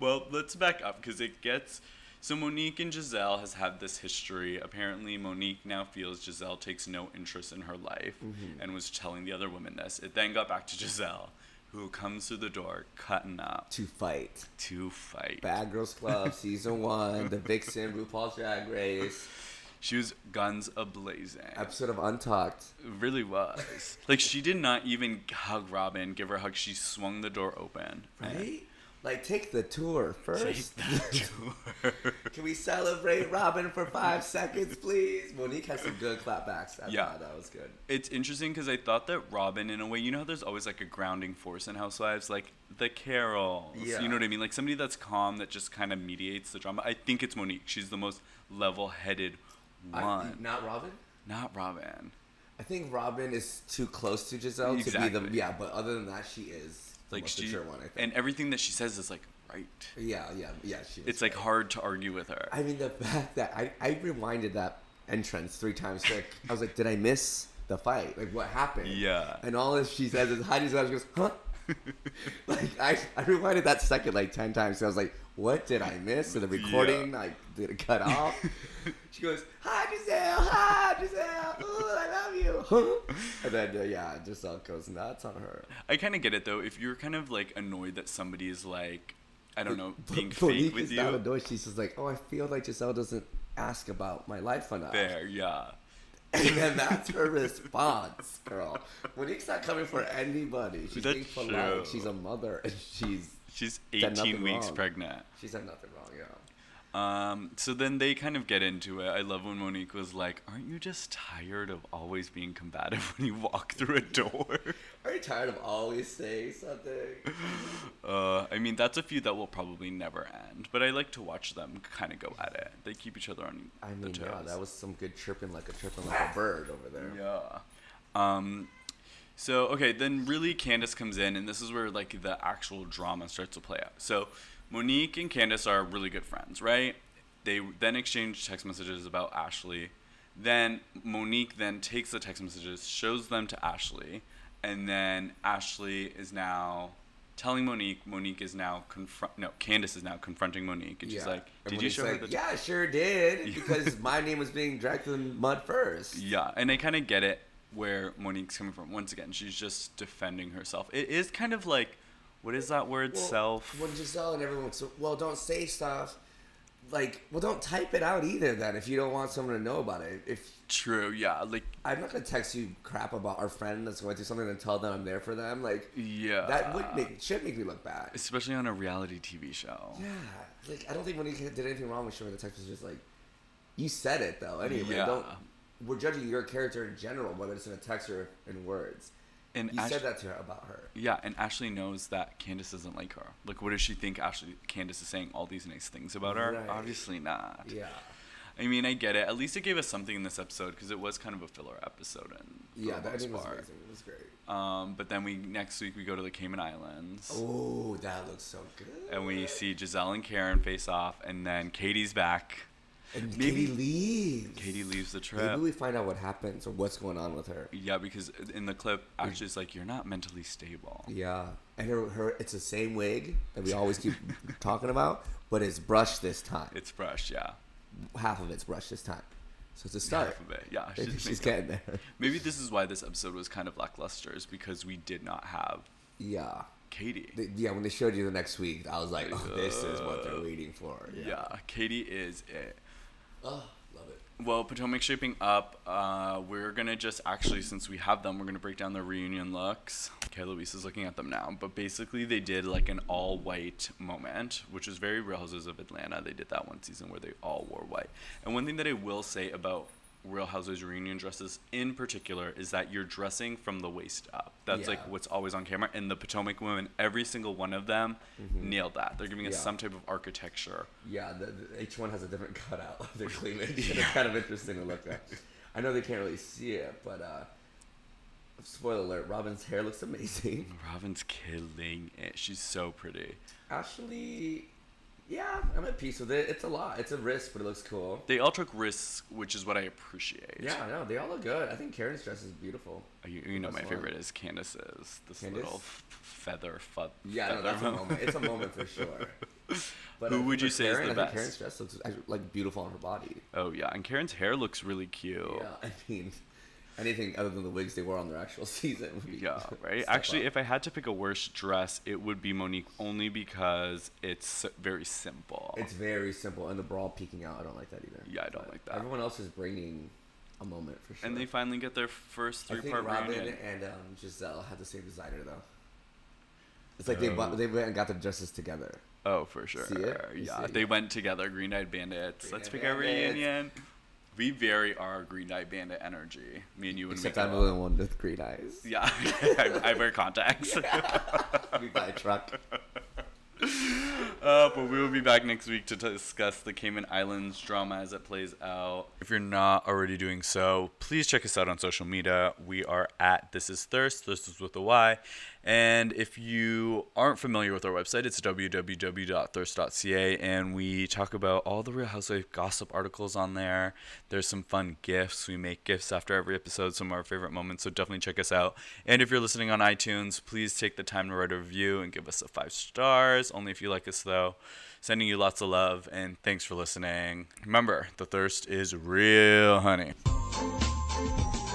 well, let's back up because it gets. So Monique and Giselle has had this history. Apparently, Monique now feels Giselle takes no interest in her life Mm-hmm. and was telling the other women this. It then got back to Giselle, who comes through the door cutting up To fight. to fight. Bad Girls Club season one, The Vixen, RuPaul's Drag Race, She was guns ablazing. episode of Untucked. really was. like she did not even hug Robin, give her a hug. She swung the door open. and Right? Like take the tour first. Take that to her. Can we celebrate Robin for five seconds, please? Monique has some good clapbacks. I Yeah. thought that was good. it's interesting because I thought that Robin, in a way, you know how there's always like a grounding force in Housewives, like the Carols. Yeah. You know what I mean? Like somebody that's calm that just kind of mediates the drama. I think it's Monique. She's the most level-headed one. I, not Robin. Not Robin. I think Robin is too close to Giselle to be the Exactly. yeah. But other than that, she is the Like most she mature one. I think. and everything that she says is like right. yeah, yeah, yeah. She was It's like right. hard to argue with her. I mean, the fact that I, I rewinded that entrance three times. Like, I was like, did I miss the fight? Like, what happened? Yeah. And all that she says is, Heidi's loud. She goes, huh? like, I, I rewinded that second like 10 times. So I was like, what did I miss? So the recording, like, did it cut off? she goes, hi, Giselle. Hi, Giselle. Ooh, I love you. Huh? And then, uh, yeah, Giselle goes nuts on her. I kind of get it though. If you're kind of like annoyed that somebody is like, I don't know, But being Monique fake with is not you. annoyed. She's just like, oh, I feel like Giselle doesn't ask about my life enough. There, yeah. And then that's her response, girl. Monique's not coming for anybody. She's That's being polite. true. She's a mother, and she's She's done 18 nothing weeks wrong. pregnant. She's done nothing wrong, yeah. Um, so then they kind of get into it. I love when Monique was like, Aren't you just tired of always being combative when you walk through a door? Are you tired of always saying something? Uh, I mean, that's a feud that will probably never end, but I like to watch them kind of go at it. They keep each other on I the mean, toes. yeah, that was some good chirping, like a chirping like a bird over there. Yeah. Um, so okay, then really Candace comes in, and this is where like the actual drama starts to play out. So Monique and Candace are really good friends, right? They then exchange text messages about Ashley. Then Monique then takes the text messages, shows them to Ashley, and then Ashley is now telling Monique. Monique is now confront. No, Candace is now confronting Monique, and she's like, And "Did when you he's show like, her the?" Yeah, sure did. Because my name was being dragged through the mud first. Yeah, and I kind of get it where Monique's coming from. Once again, she's just defending herself. It is kind of like, what is that word? Self. When Giselle and everyone so well, don't say stuff. Like, well, don't type it out either. Then, if you don't want someone to know about it, if True. Yeah. Like. I'm not gonna text you crap about our friend that's going through something and tell them I'm there for them, like Yeah. that would make should make me look bad. Especially on a reality TV show. Yeah, like I don't think Monique did anything wrong with showing the text messages. Like, you said it though. Anyway, Yeah. don't. We're judging your character in general, whether it's in a text or in words. And you Ash- said that to her about her. Yeah, and Ashley knows that Candace doesn't like her. Like, what does she think? Ashley, Candace is saying all these nice things about her. Right. Obviously not. Yeah. I mean, I get it. At least it gave us something in this episode because it was kind of a filler episode. And Yeah, that I think was amazing. It was great. Um, but then we next week we go to the Cayman Islands. Oh, that looks so good. and we see Giselle and Karen face off, and then Katie's back. And Maybe- Katie leaves. Katie leaves the trip. Maybe we find out what happens or what's going on with her. yeah, because in the clip, Ashley's like, "You're not mentally stable." Yeah, and her, her it's the same wig that we always keep talking about, but it's brushed this time. It's brush, yeah. half of it's brushed this time, so it's a start. Half of it, yeah. Maybe she's she's making- getting there. Maybe this is why this episode was kind of lackluster, is because we did not have Yeah, Katie. They- yeah. When they showed you the next week, I was like, oh, this is what they're waiting for. yeah. Katie is it. Oh, love it. Well, Potomac shaping up. Uh, we're gonna just actually, since we have them, we're gonna break down the reunion looks. Okay, Luis is looking at them now, but basically they did like an all white moment, which is very Real Houses of Atlanta. They did that one season where they all wore white. And one thing that I will say about Real Houses reunion dresses in particular is that you're dressing from the waist up. That's Yeah. like what's always on camera. And the Potomac women, every single one of them, nailed that. They're giving us Mm-hmm. Yeah. some type of architecture. Yeah, the, the, each one has a different cutout of their cleavage. and It's kind of interesting to look at. I know they can't really see it, but uh, spoiler alert: Robin's hair looks amazing. Robin's killing it. She's so pretty. Actually, yeah, I'm at peace with it. It's a lot. It's a risk, but it looks cool. They all took risks, which is what I appreciate. Uh, Yeah, no, they all look good. I think Karen's dress is beautiful. You, you know, my That's favorite fun. is Candace's. This Candace? little f- feather fud. Yeah, feather no, that's a moment. moment. It's a moment for sure. But Who I think would you for say is the Karen, I think best? Karen's dress looks actually, like beautiful on her body. Oh, yeah. And Karen's hair looks really cute. Yeah, I mean, anything other than the wigs they wore on their actual season. Would be Yeah, right? step Actually, up. if I had to pick a worse dress, it would be Monique only because it's s- very simple. it's very simple, and the bra peeking out, I don't like that either. Yeah, I don't But like that. Everyone else is bringing a moment for sure. and they finally get their first I three think part Robin reunion. and um, Giselle had the same designer though. It's like they bought, they went and got their dresses together. Oh, for sure. it? You Yeah, see? they went together, Green Eyed Bandits. Let's Green-Eyed pick a Bandits. reunion. We very are Green Eyed Bandit energy. Me and you would Except make I'm a the lot. only one with green eyes. Yeah, I, I wear contacts. We buy a truck. Uh, but we will be back next week to discuss the Cayman Islands drama as it plays out. If you're not already doing so, please check us out on social media. We are at This Is Thirst, Thirst is with a Y. And if you aren't familiar with our website, it's www.thirst.ca. And we talk about all the Real Housewife gossip articles on there. There's some fun gifts. We make gifts after every episode, some of our favorite moments. So definitely check us out. And if you're listening on iTunes, please take the time to write a review and give us a five stars. Only if you like us, though. Sending you lots of love and thanks for listening. Remember, the thirst is real, honey. Ooh,